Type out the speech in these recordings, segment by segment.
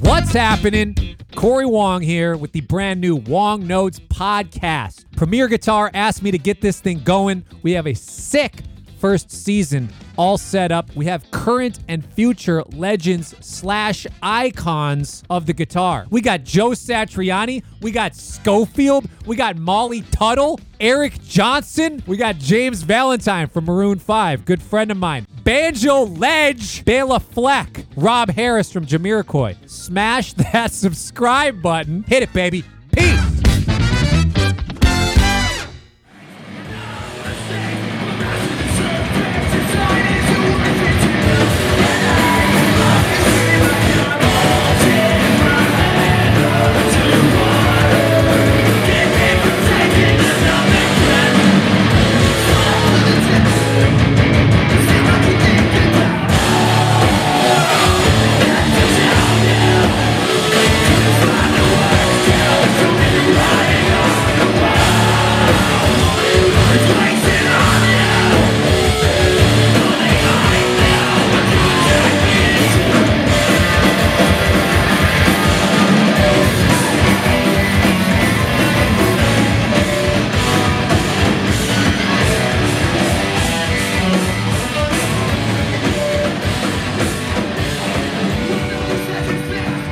What's happening? Corey Wong here with the brand new Wong Notes podcast. Premier Guitar asked me to get this thing going. We have a sick first season all set up. We have current and future legends slash icons of the guitar. We got Joe Satriani. We got Schofield. We got Molly Tuttle. Eric Johnson. We got James Valentine from Maroon 5, good friend of mine. Banjo Ledge, Bela Fleck, Rob Harris from Jamiroquai. Smash that subscribe button. Hit it, baby. Peace.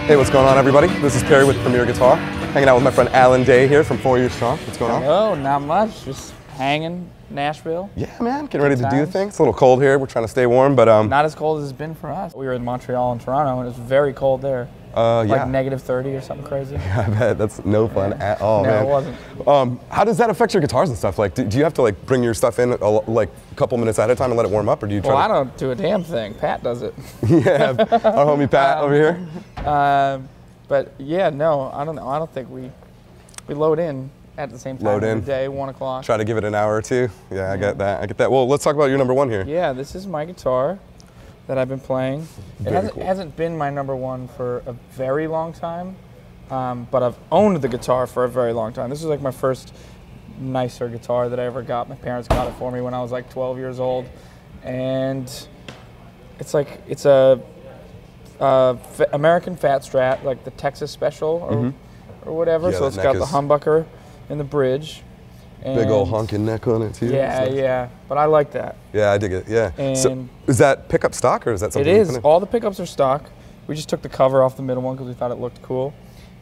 Hey, what's going on, everybody? This is Perry with Premier Guitar, hanging out with my friend Alan Day here from Four Years Strong. What's going on? Oh, not much. Just hanging, Nashville. Yeah, man, getting ready to do times. the thing. It's a little cold here. We're trying to stay warm, but um, Not as cold as it's been for us. We were in Montreal and Toronto, and it was very cold there. uh, yeah, Like negative 30 or something crazy. I bet that's no fun at all, no, man. it wasn't. Um, how does that affect your guitars and stuff? Like, do, do you have to like bring your stuff in a, lo- like a couple minutes ahead of time and let it warm up, or do you try? Well, I to, don't do a damn thing. Pat does it. yeah, our homie Pat over here. Um, but yeah, no, I don't know. I don't think we we load in at the same time Load every in. day, one o'clock. Try to give it an hour or two. Yeah, I get that. I get that. Well, let's talk about your number one here. Yeah, this is my guitar that I've been playing. It Very hasn't, cool. hasn't been my number one for a very long time, um, but I've owned the guitar for a very long time. This is like my first nicer guitar that I ever got. My parents got it for me when I was like 12 years old, and it's like it's a, a fa- American Fat Strat, like the Texas Special or, or whatever. Mm-hmm. Yeah, so that it's neck got the is- humbucker and the bridge. Big old and- honking neck on it too. Yeah, So- yeah, but I like that. Yeah, I dig it. Yeah. so, And- is that pickup stock or is that It something? you is. put in? All the pickups are stock. We just took the cover off the middle one because we thought it looked cool,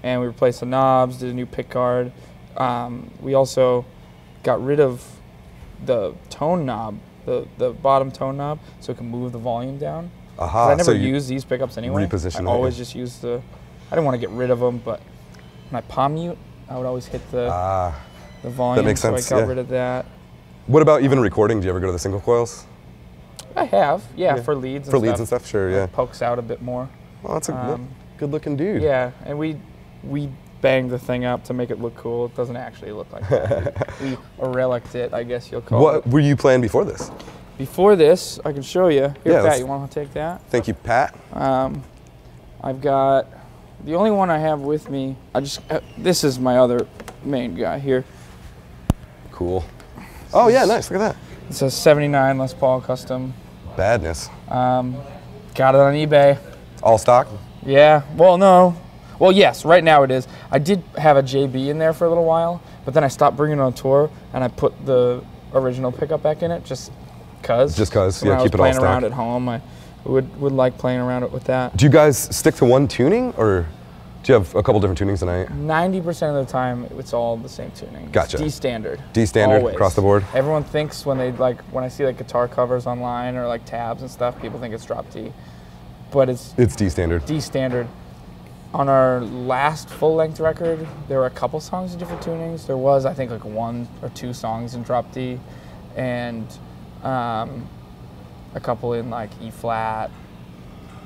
and we replaced the knobs, did a new pick guard. Um, we also got rid of the tone knob, the the bottom tone knob, so it can move the volume down. 'Cause Aha. I never Ah, so you- use these pickups anyway. reposition I that, always yeah. just use the. I didn't want to get rid of them, but when I palm mute, I would always hit the, Ah. the volume. makes so sense, I got yeah. rid of that. What about even recording? Do you ever go to the single coils I have, yeah, Yeah. for leads. And for stuff. leads and stuff? Sure, yeah. It pokes out a bit more. Well, that's a um, good looking dude. Yeah, and we we banged the thing up to make it look cool. It doesn't actually look like that. we reliced it, I guess you'll call What it. were you playing before this? Before this, I can show you. Here, Yeah, let's- Pat, you want to take that? Thank you, Pat. Um, I've got the only one I have with me. I just uh, this is my other main guy here. Cool. Oh yeah, nice. Look at It's a '79 Les Paul Custom. that. Badness. Um, got it on eBay. All stock. Yeah. Well, no. Well, yes. Right now it is. I did have a JB in there for a little while, but then I stopped bringing it on tour, and I put the original pickup back in it just cause. Just 'cause, So when yeah, I keep was it all playing around stock. at home, I would would like playing around it with that. Do you guys stick to one tuning, or do you have a couple different tunings tonight? Ninety percent of the time, it's all the same tuning. It's Gotcha. D standard. D standard Always. across the board? Everyone thinks when they like when I see like guitar covers online or like tabs and stuff, people think it's drop D, but it's It's D standard. D standard. On our last full length record, there were a couple songs in different tunings. There was, I think, like one or two songs in drop D, and um, a couple in like E flat.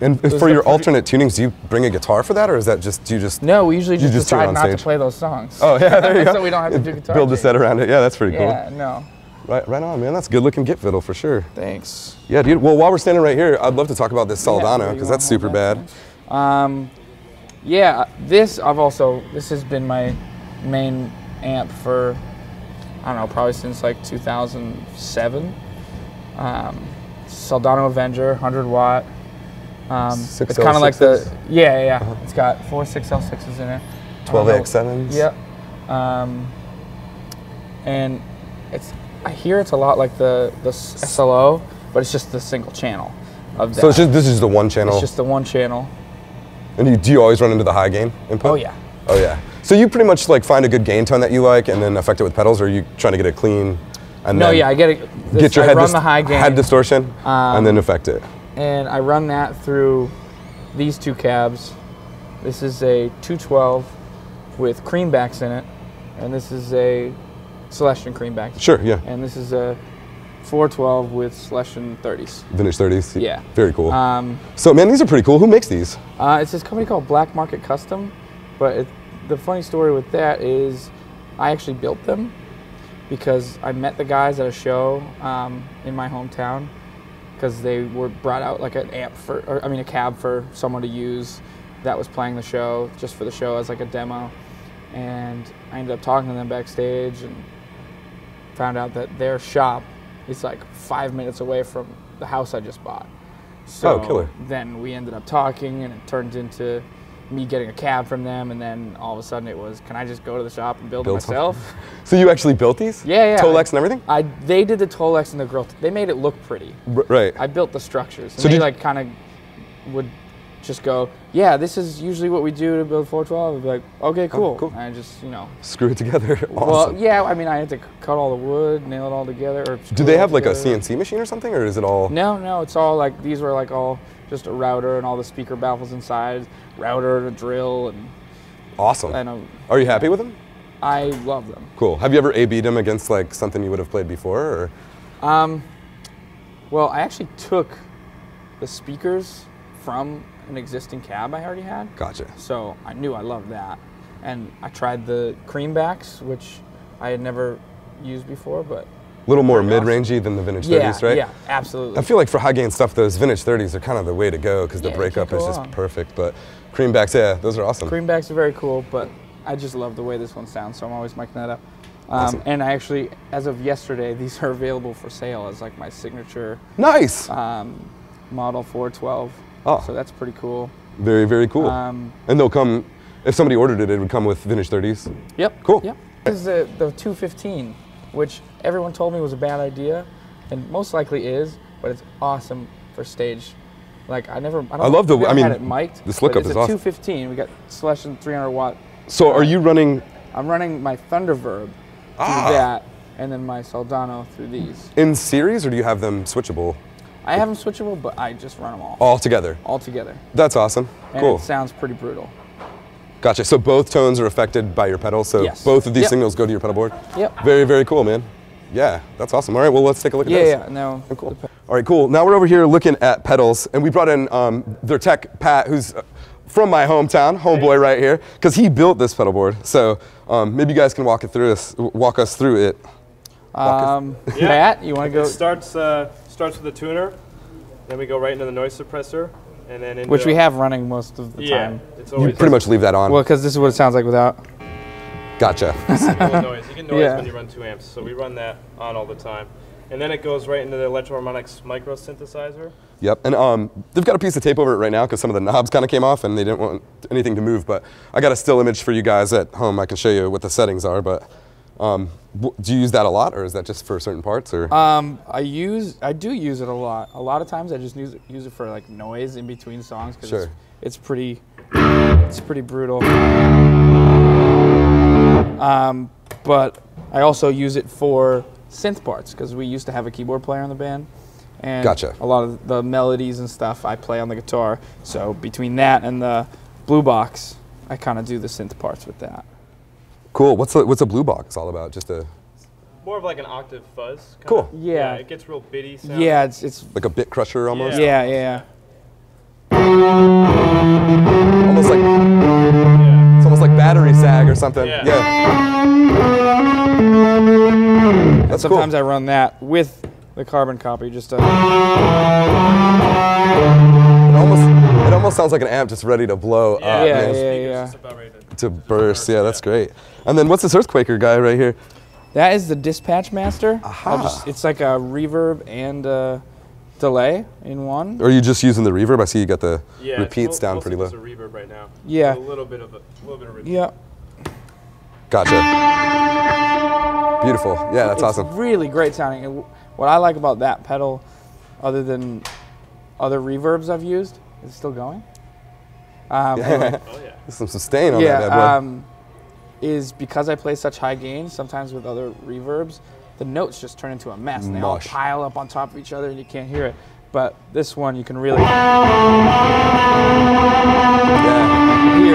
and was for the your pre- alternate tunings, do you bring a guitar for that, or is that just do you just No, we usually You just, just do it decide on not to stage. play those songs. Oh, yeah, there you go. so we don't have to do guitar. build a changes. set around it? Yeah, that's pretty cool. Yeah, no. Right, right on, man. That's good looking git fiddle for sure. Thanks. Yeah, dude. Well, while we're standing right here, I'd love to talk about this Yeah, Saldana you because wanna that's hold super that bad. thing? Um, yeah, this I've also this has been my main amp for I don't know probably since like 2007. Um, Soldano Avenger 100 watt Um, Six Uh-huh. it's kind of like the L6s? yeah yeah. yeah. It's got four six L sixes in it. I don't 12 know- AX7s? Yep. Um, and it's I hear it's a lot like the the s- SLO, but it's just the single channel of that. So it's just, this is the one channel. it's just the one channel. and you, do you always run into the high gain input? Oh yeah. Oh yeah. So you pretty much like find a good gain tone that you like and then affect it with pedals, or are you trying to get a clean? And No then yeah I get it. This, Get your I head, run dis- the high gain. um, head distortion and then affect it. and I run that through these two cabs. This is a 212 with creambacks in it, and this is a Celestion creamback. Sure. Yeah. And this is a 412 with Celestion 30s. Vintage 30s. Yeah. Very cool. Um, so man, these are pretty cool. Who makes these? uh, it's this company called Black Market Custom, but it, the funny story with that is I actually built them because I met the guys at a show um, in my hometown because they were brought out like an amp for, or I mean a cab for someone to use that was playing the show just for the show as like a demo, and I ended up talking to them backstage and found out that their shop is like five minutes away from the house I just bought. So Oh, killer. then we ended up talking, and it turned into me getting a cab from them, and then all of a sudden it was, can I just go to the shop and build, it Build something. myself? So you actually built these? Yeah, yeah. Tolex and everything? I they did the Tolex and the grill. They made it look pretty. R- right. I built the structures. And So they did- like kind of would just go, yeah, this is usually what we do to build 412. I'd be like, okay, cool. Oh, cool. And I just you know. Screw it together. awesome. Well, yeah. I mean, I had to c- cut all the wood, nail it all together. Or Do screw it they all have like a together. CNC machine or something, or is it all? No, no. It's all like these were like all just a router and all the speaker baffles inside, router and a drill, and Awesome. I know. Are you happy with them? I love them. Cool. Have you ever AB'd them against like something you would have played before? Or? Well, I actually took the speakers from an existing cab I already had. Gotcha. So I knew I loved that. And I tried the creambacks, which I had never used before, but A little more mid rangey than the vintage yeah, 30s, right? yeah, absolutely. I feel like for high gain stuff, those vintage 30s are kind of the way to go because the Yeah, you can't breakup is go just wrong. perfect. But creambacks, yeah, those are awesome. creambacks are very cool, but I just love the way this one sounds, so I'm always miking that up. Um, Awesome. And I actually, as of yesterday, these are available for sale as like my signature nice. um, model 412. Oh. So that's pretty cool. very, very cool. Um, and they'll come, if somebody ordered it, it would come with vintage 30s. Yep. Cool. Yep. This is the, the 215, which everyone told me was a bad idea, and most likely is, but it's awesome for stage. Like I never, I, don't I love the- I've never I mean, had it mic'd. this but lookup it's is a awesome. 215. We got Celestion 300 watt. So are you running I'm running my Thunderverb through Ah. that, and then my Soldano through these. in series or do you have them switchable I have them switchable, but I just run them all, all, all together? together, That's awesome. and cool. it sounds pretty brutal. Gotcha. So both tones are affected by your pedal. So Yes. both of these Yep. signals go to your pedal board. Yep. Very, very cool, man. Yeah, that's awesome. All right, well, let's take a look at Yeah, this. yeah. No. Oh, cool. All right, cool. Now we're over here looking at pedals, and we brought in um, their tech, Pat, who's uh, from my hometown, homeboy right here, because he built this pedal board. So um, maybe you guys can walk it through us, walk us through it. Um, Yeah. Pat, you want to go? It starts uh, starts with the tuner, then we go right into the noise suppressor, and then into Which we have running most of the Yeah, time. it's You always pretty much leave that on. Well, because this is what it sounds like without. Gotcha. full of noise. You get noise Yeah. when you run two amps, so we run that on all the time, and then it goes right into the electroharmonics micro synthesizer. Yep, and um, they've got a piece of tape over it right now because some of the knobs kind of came off and they didn't want anything to move. But I got a still image for you guys at home. I can show you what the settings are. But um, w- do you use that a lot, or is that just for certain parts? Or Um, I use, I do use it a lot. A lot of times, I just use use it for like noise in between songs because Sure. it's, it's pretty, it's pretty brutal. Um, but I also use it for synth parts because we used to have a keyboard player in the band, and Gotcha. a lot of the melodies and stuff I play on the guitar. So between that and the blue box, I kind of do the synth parts with that. cool. What's a, what's a blue box all about? Just a More of like an octave fuzz. kinda. Cool. Yeah. It gets real bitty. Sound. Yeah, it's it's like a bit crusher almost, yeah yeah. almost like Yeah. it's almost like battery sag or something. Yeah. That's cool. Sometimes I run that with the carbon copy, just to, it almost it almost sounds like an amp just ready to blow up. yeah, man, yeah. Speaker's just about ready to- To burst. Yeah, that's great. And then what's this Earthquaker guy right here? that is the Dispatch Master. I'll Aha. Just, it's like a reverb and a delay in one. Or are you just using the reverb? I see you got the Yeah, it's repeats mo- down most pretty of low. it's a reverb right now. Yeah. A little bit of a little bit of reverb. Yeah. Gotcha. Beautiful. Yeah, that's it's Oh, awesome. Really great sounding. And wh- What I like about that pedal, other than other reverbs I've used, is it still going? Um, anyway, Oh yeah. Some sustain on Oh, that bad boy. yeah. Um, is because I play such high gains. Sometimes with other reverbs, the notes just turn into a mess. And they all Mush. pile up on top of each other, and you can't hear it. But this one, you can really yeah. hear.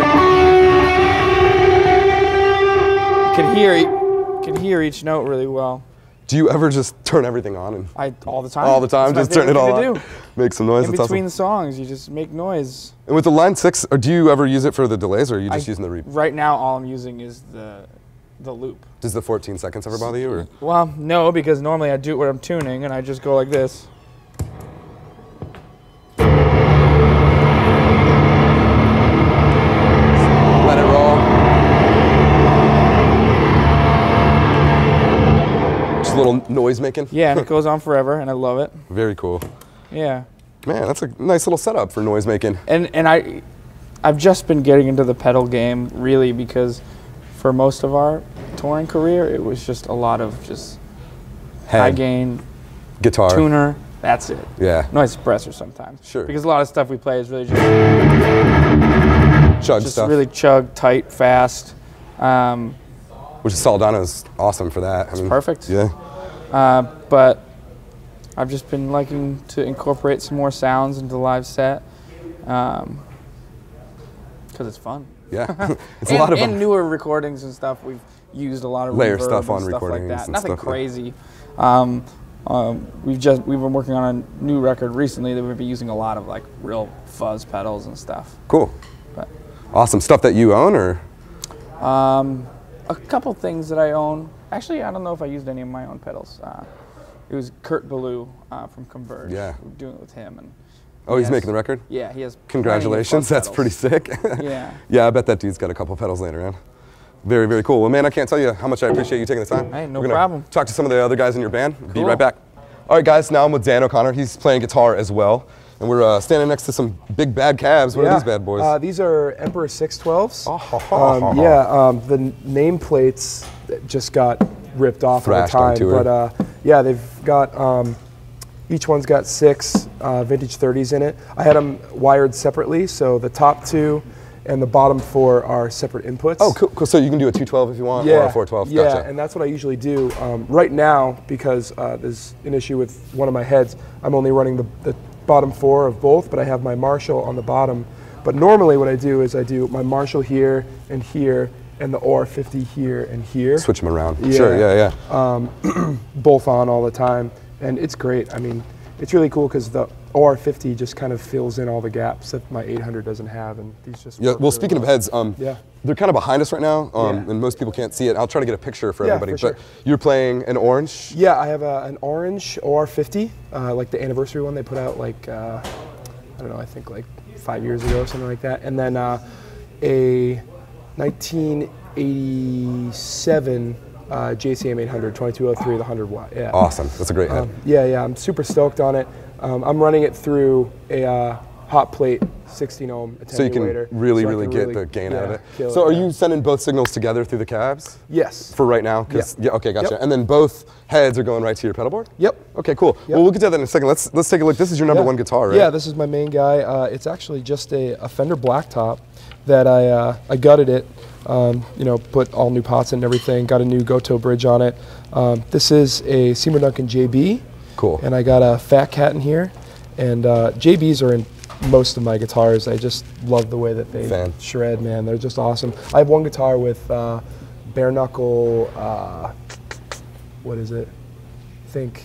You can hear. e- Can hear each note really well. Do you ever just turn everything on and I all the time. all the time It's my just turn it favorite all thing to on? do. Make some noise. In That's between awesome. songs, you just make noise. And with the line six, or do you ever use it for the delays, or are you just I- using the reverb? Right now, all I'm using is the the loop. Does the 14 seconds ever bother you? Or Well, no, because normally I do it when I'm tuning, and I just go like this. let it roll. Just a little noise making. Yeah, and it goes on forever, and I love it. Very cool. Yeah, Man, that's a nice little setup for noise making. and and I, I've just been getting into the pedal game really because, for most of our touring career, it was just a lot of just high Head, gain guitar. tuner. That's it. Yeah. Noise suppressor sometimes. Sure. Because a lot of stuff we play is really just, Chug just stuff. really chug tight, fast. Um, which is Saldana's awesome for that. I mean, perfect. Yeah. but I've just been liking to incorporate some more sounds into the live set because it's fun. Yeah. it's a and, lot of and fun. newer recordings and stuff. We've used a lot of Layer reverb stuff and on stuff like recordings that. and Nothing stuff, yeah. crazy. Um, um, we've just we've been working on a new record recently that we've been using a lot of like real fuzz pedals and stuff. Cool. But Awesome stuff that you own, or a couple things that I own. Actually, I don't know if I used any of my own pedals. Uh, it was Kurt Ballou uh, from Converge. Yeah. We're doing it with him and. oh, he's Yes. making the record. Yeah, he has. plenty of Congratulations, fuzz that's pretty pedals. sick. Yeah. yeah, I bet that dude's got a couple pedals laying around. Very, very cool. Well, man, I can't tell you how much I appreciate you taking the time. Hey, no We're gonna problem. Talk to some of the other guys in your band. Be Cool. right back. All right, guys. Now I'm with Dan O'Connor. He's playing guitar as well, and we're uh, standing next to some big bad calves. What Yeah. are these bad boys? Uh, these are Emperor 612s. Oh. Um, yeah, um, the n- nameplates that just got ripped off Thrashed on all the time. tour. But uh, yeah, they've got, um, each one's got six uh, vintage 30s in it. I had them wired separately, so the top two and the bottom four are separate inputs. oh, cool, cool. So you can do a 212 if you want, or a 412. Yeah, Gotcha. and that's what I usually do. Um, right now, because uh, there's an issue with one of my heads, I'm only running the, the bottom four of both, but I have my Marshall on the bottom. But normally, what I do is I do my Marshall here and here, and the OR 50 here and here, Switch them around. Yeah. Sure. Yeah, yeah. both on all the time, and it's great. I mean, it's really cool because the OR 50 just kind of fills in all the gaps that my 800 doesn't have, and these just Yeah. work Well, really speaking of well. heads, um, Yeah. they're kind of behind us right now, um, Yeah. and most people can't see it. I'll try to get a picture for Yeah, everybody. for But sure. you're playing an orange. Yeah, I have a, an orange OR50, uh, like the anniversary one they put out like uh, I don't know, I think like five years ago or something like that, and then uh, a 1987 uh, JCM 800 2203, the 100 watt. Yeah. Awesome. That's a great head. Um, yeah, yeah, I'm super stoked on it. Um, I'm running it through a uh, hot plate 16 ohm attenuator. so you can really, so I really can get the gain out of yeah, it. kill So are yeah. you sending both signals together through the cabs Yes. for right now? 'Cause- Yeah. Yeah. Okay, gotcha. Yep. And then both heads are going right to your pedal board. Yep. Okay, cool. Well, we'll get to that in a second. Let's let's take a look. This is your number Yeah. one guitar, right? Yeah, this is my main guy. Uh, it's actually just a, a Fender Blacktop that I uh, I gutted it. Um, you know, put all new pots and everything. Got a new Goto bridge on it. Um, this is a Seymour Duncan JB. Cool. And I got a Fat Cat in here, and uh, JBs are in most of my guitars. I just love the way that they Fan. shred, man. They're just awesome. I have one guitar with uh, bare knuckle. Uh, what is it? think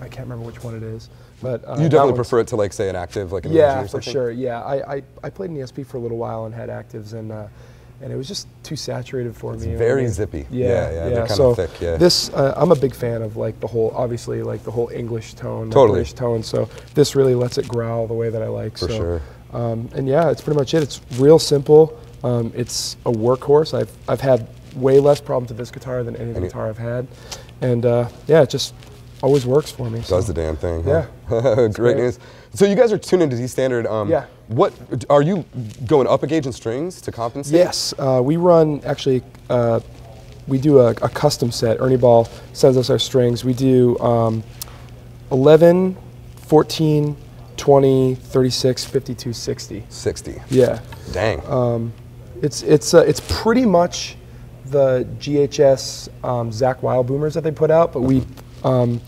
I can't remember which one it is, but uh, you that definitely one's- prefer it to like say an active, like an yeah, Origin or for something? sure. Yeah, I, I, I played in ESP for a little while and had actives, and uh, and it was just too saturated for me. when very it- zippy. Yeah, Yeah, yeah, yeah. they're kinda so thick, yeah. this uh, I'm a big fan of like the whole obviously like the whole English tone, like, Totally. British tone. So this really lets it growl the way that I like. For so, sure. Um, and yeah, it's pretty much it. It's real simple. Um, it's a workhorse. I've I've had way less problems with this guitar than any, Any- guitar I've had, and uh, yeah, it just always works for me. Does so. the damn thing. huh? great, news. So you guys are tuned into D standard. Um, Yeah. What are you going up a gauge in strings to compensate? Yes, uh, we run actually. Uh, we do a, a custom set. Ernie Ball sends us our strings. We do um, 11, 14, 20, 36, 52, 60. Sixty. Yeah, Uh, Dang. it's it's uh, it's pretty much the GHS um, Zach Wild Boomers that they put out, but we um,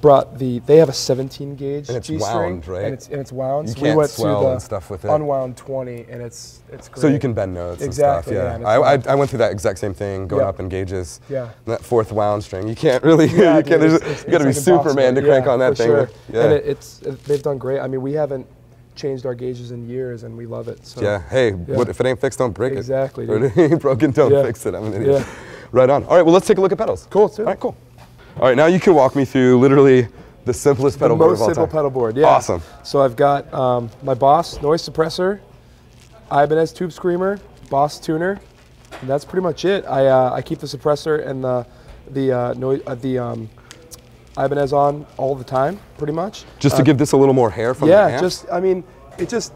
brought the. They have a 17 gauge And it's G-string, wound, right? And it's and it's wound. You so we can't went swell to the and stuff with it. Unwound 20, and it's it's great. so you can bend notes Exactly, yeah, and and stuff. it's Yeah. I, like- I, I went through that exact same thing going Yeah. up in gauges. Yeah. And that fourth wound string. You can't really. Yeah, you dude, can't. it's- there's- it's- you got to be it's like impossible. Superman to crank Yeah, on that for thing. Sure. Yeah. And it, it's it- they've done great. I mean, we haven't changed our gauges in years, and we love it. So Yeah. Hey, What, if it ain't fixed, don't break Exactly, it. dude. Exactly. Broken, don't Yeah. fix it. I'm an idiot. Yeah. Right on. All right. Well, let's take a look at pedals. Cool, let's do All it. right. Cool. All right. Now you can walk me through literally the simplest pedal the board most of all simple time. pedal board. Yeah. Awesome. So I've got um, my Boss noise suppressor, Ibanez tube screamer, Boss tuner, and that's pretty much it. I uh, I keep the suppressor and the the uh, noise uh, the um, Ibanez on all the time, pretty much. Just to give this a little more hair from Uh, yeah the amp. just i mean it just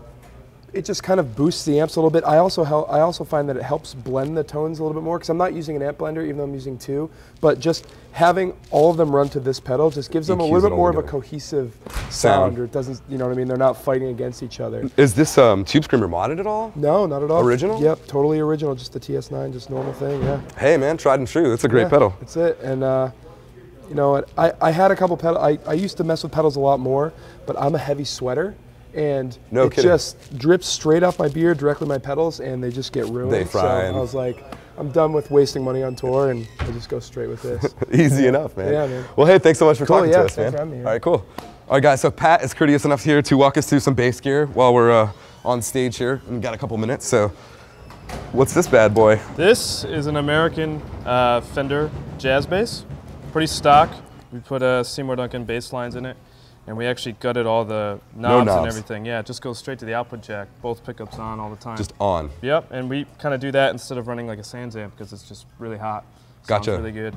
it just kind of boosts the amps a little bit i also hel- i also find that it helps blend the tones a little bit more because i'm not using an amp blender even though i'm using two but just having all of them run to this pedal just gives them a EQs little it bit E all more of a together. cohesive sound. Sound. or it doesn't you know what i mean they're not fighting against each other Is this um, Tube Screamer modded at all? no not at all Original? yep totally original just the ts9 just normal thing yeah Hey man, tried and true. That's a great yeah, pedal. That's it. And uh, you know, what, I, I had a couple pedal. I, I used to mess with pedals a lot more, but I'm a heavy sweater, and No it kidding. just drips straight off my beard directly my pedals, and they just get ruined. They fry So and- I was like, I'm done with wasting money on tour, and I just go straight with this. Easy enough, man. Yeah, man. Well, hey, thanks so much for Cool, talking yeah, to us, man. thanks for having me here. All right, cool. All right, guys. So Pat is courteous enough here to walk us through some bass gear while we're uh, on stage here. We got a couple minutes, so what's this bad boy? This is an American uh, Fender jazz bass, pretty stock. We put uh, Seymour Duncan bass lines in it, and we actually gutted all the knobs, knobs. and everything. Yeah, it just goes straight to the output jack. Both pickups on all the time. Just on. Yep, and we kind of do that instead of running like a Sans amp because it's just really hot. Gotcha. Sounds really good,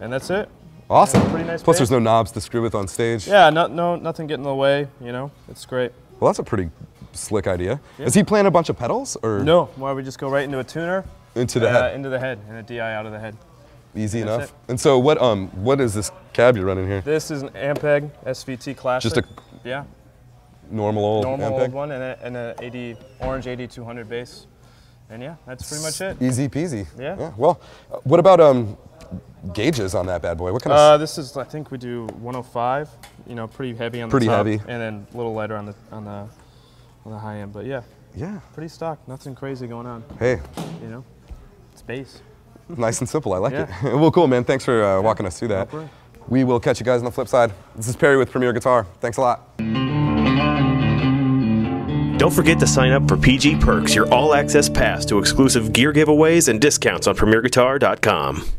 and that's it. Awesome. pretty nice Plus, bass. there's no knobs to screw with on stage. Yeah, no, no, nothing getting in the way. You know, it's great. Well, that's a pretty slick idea. Is he playing a bunch of pedals or No, why we just go right into a tuner, into the uh, head? into the head, and a DI out of the head. Easy that's enough. it. And so, what um, what is this cab you're running here? This is an Ampeg SVT Classic. Just a yeah, Normal old normal Ampeg? old one, and a, and a 80 orange 8200 bass, and yeah, that's pretty much it. Easy peasy. Yeah. Well, uh, what about um, gauges on that bad boy? What kind of? Uh, this is I think we do 105. You know, pretty heavy on Pretty the top, heavy. and then a little lighter on the on the on the high end. But yeah, yeah. pretty stock. Nothing crazy going on. Hey, You know, it's bass. nice and simple. I like Yeah. it. well, cool, man. Thanks for uh, walking us through that. problem. We will catch you guys on the flip side. This is Perry with Premier Guitar. Thanks a lot. Don't forget to sign up for PG Perks, your all access pass to exclusive gear giveaways and discounts on PremierGuitar.com.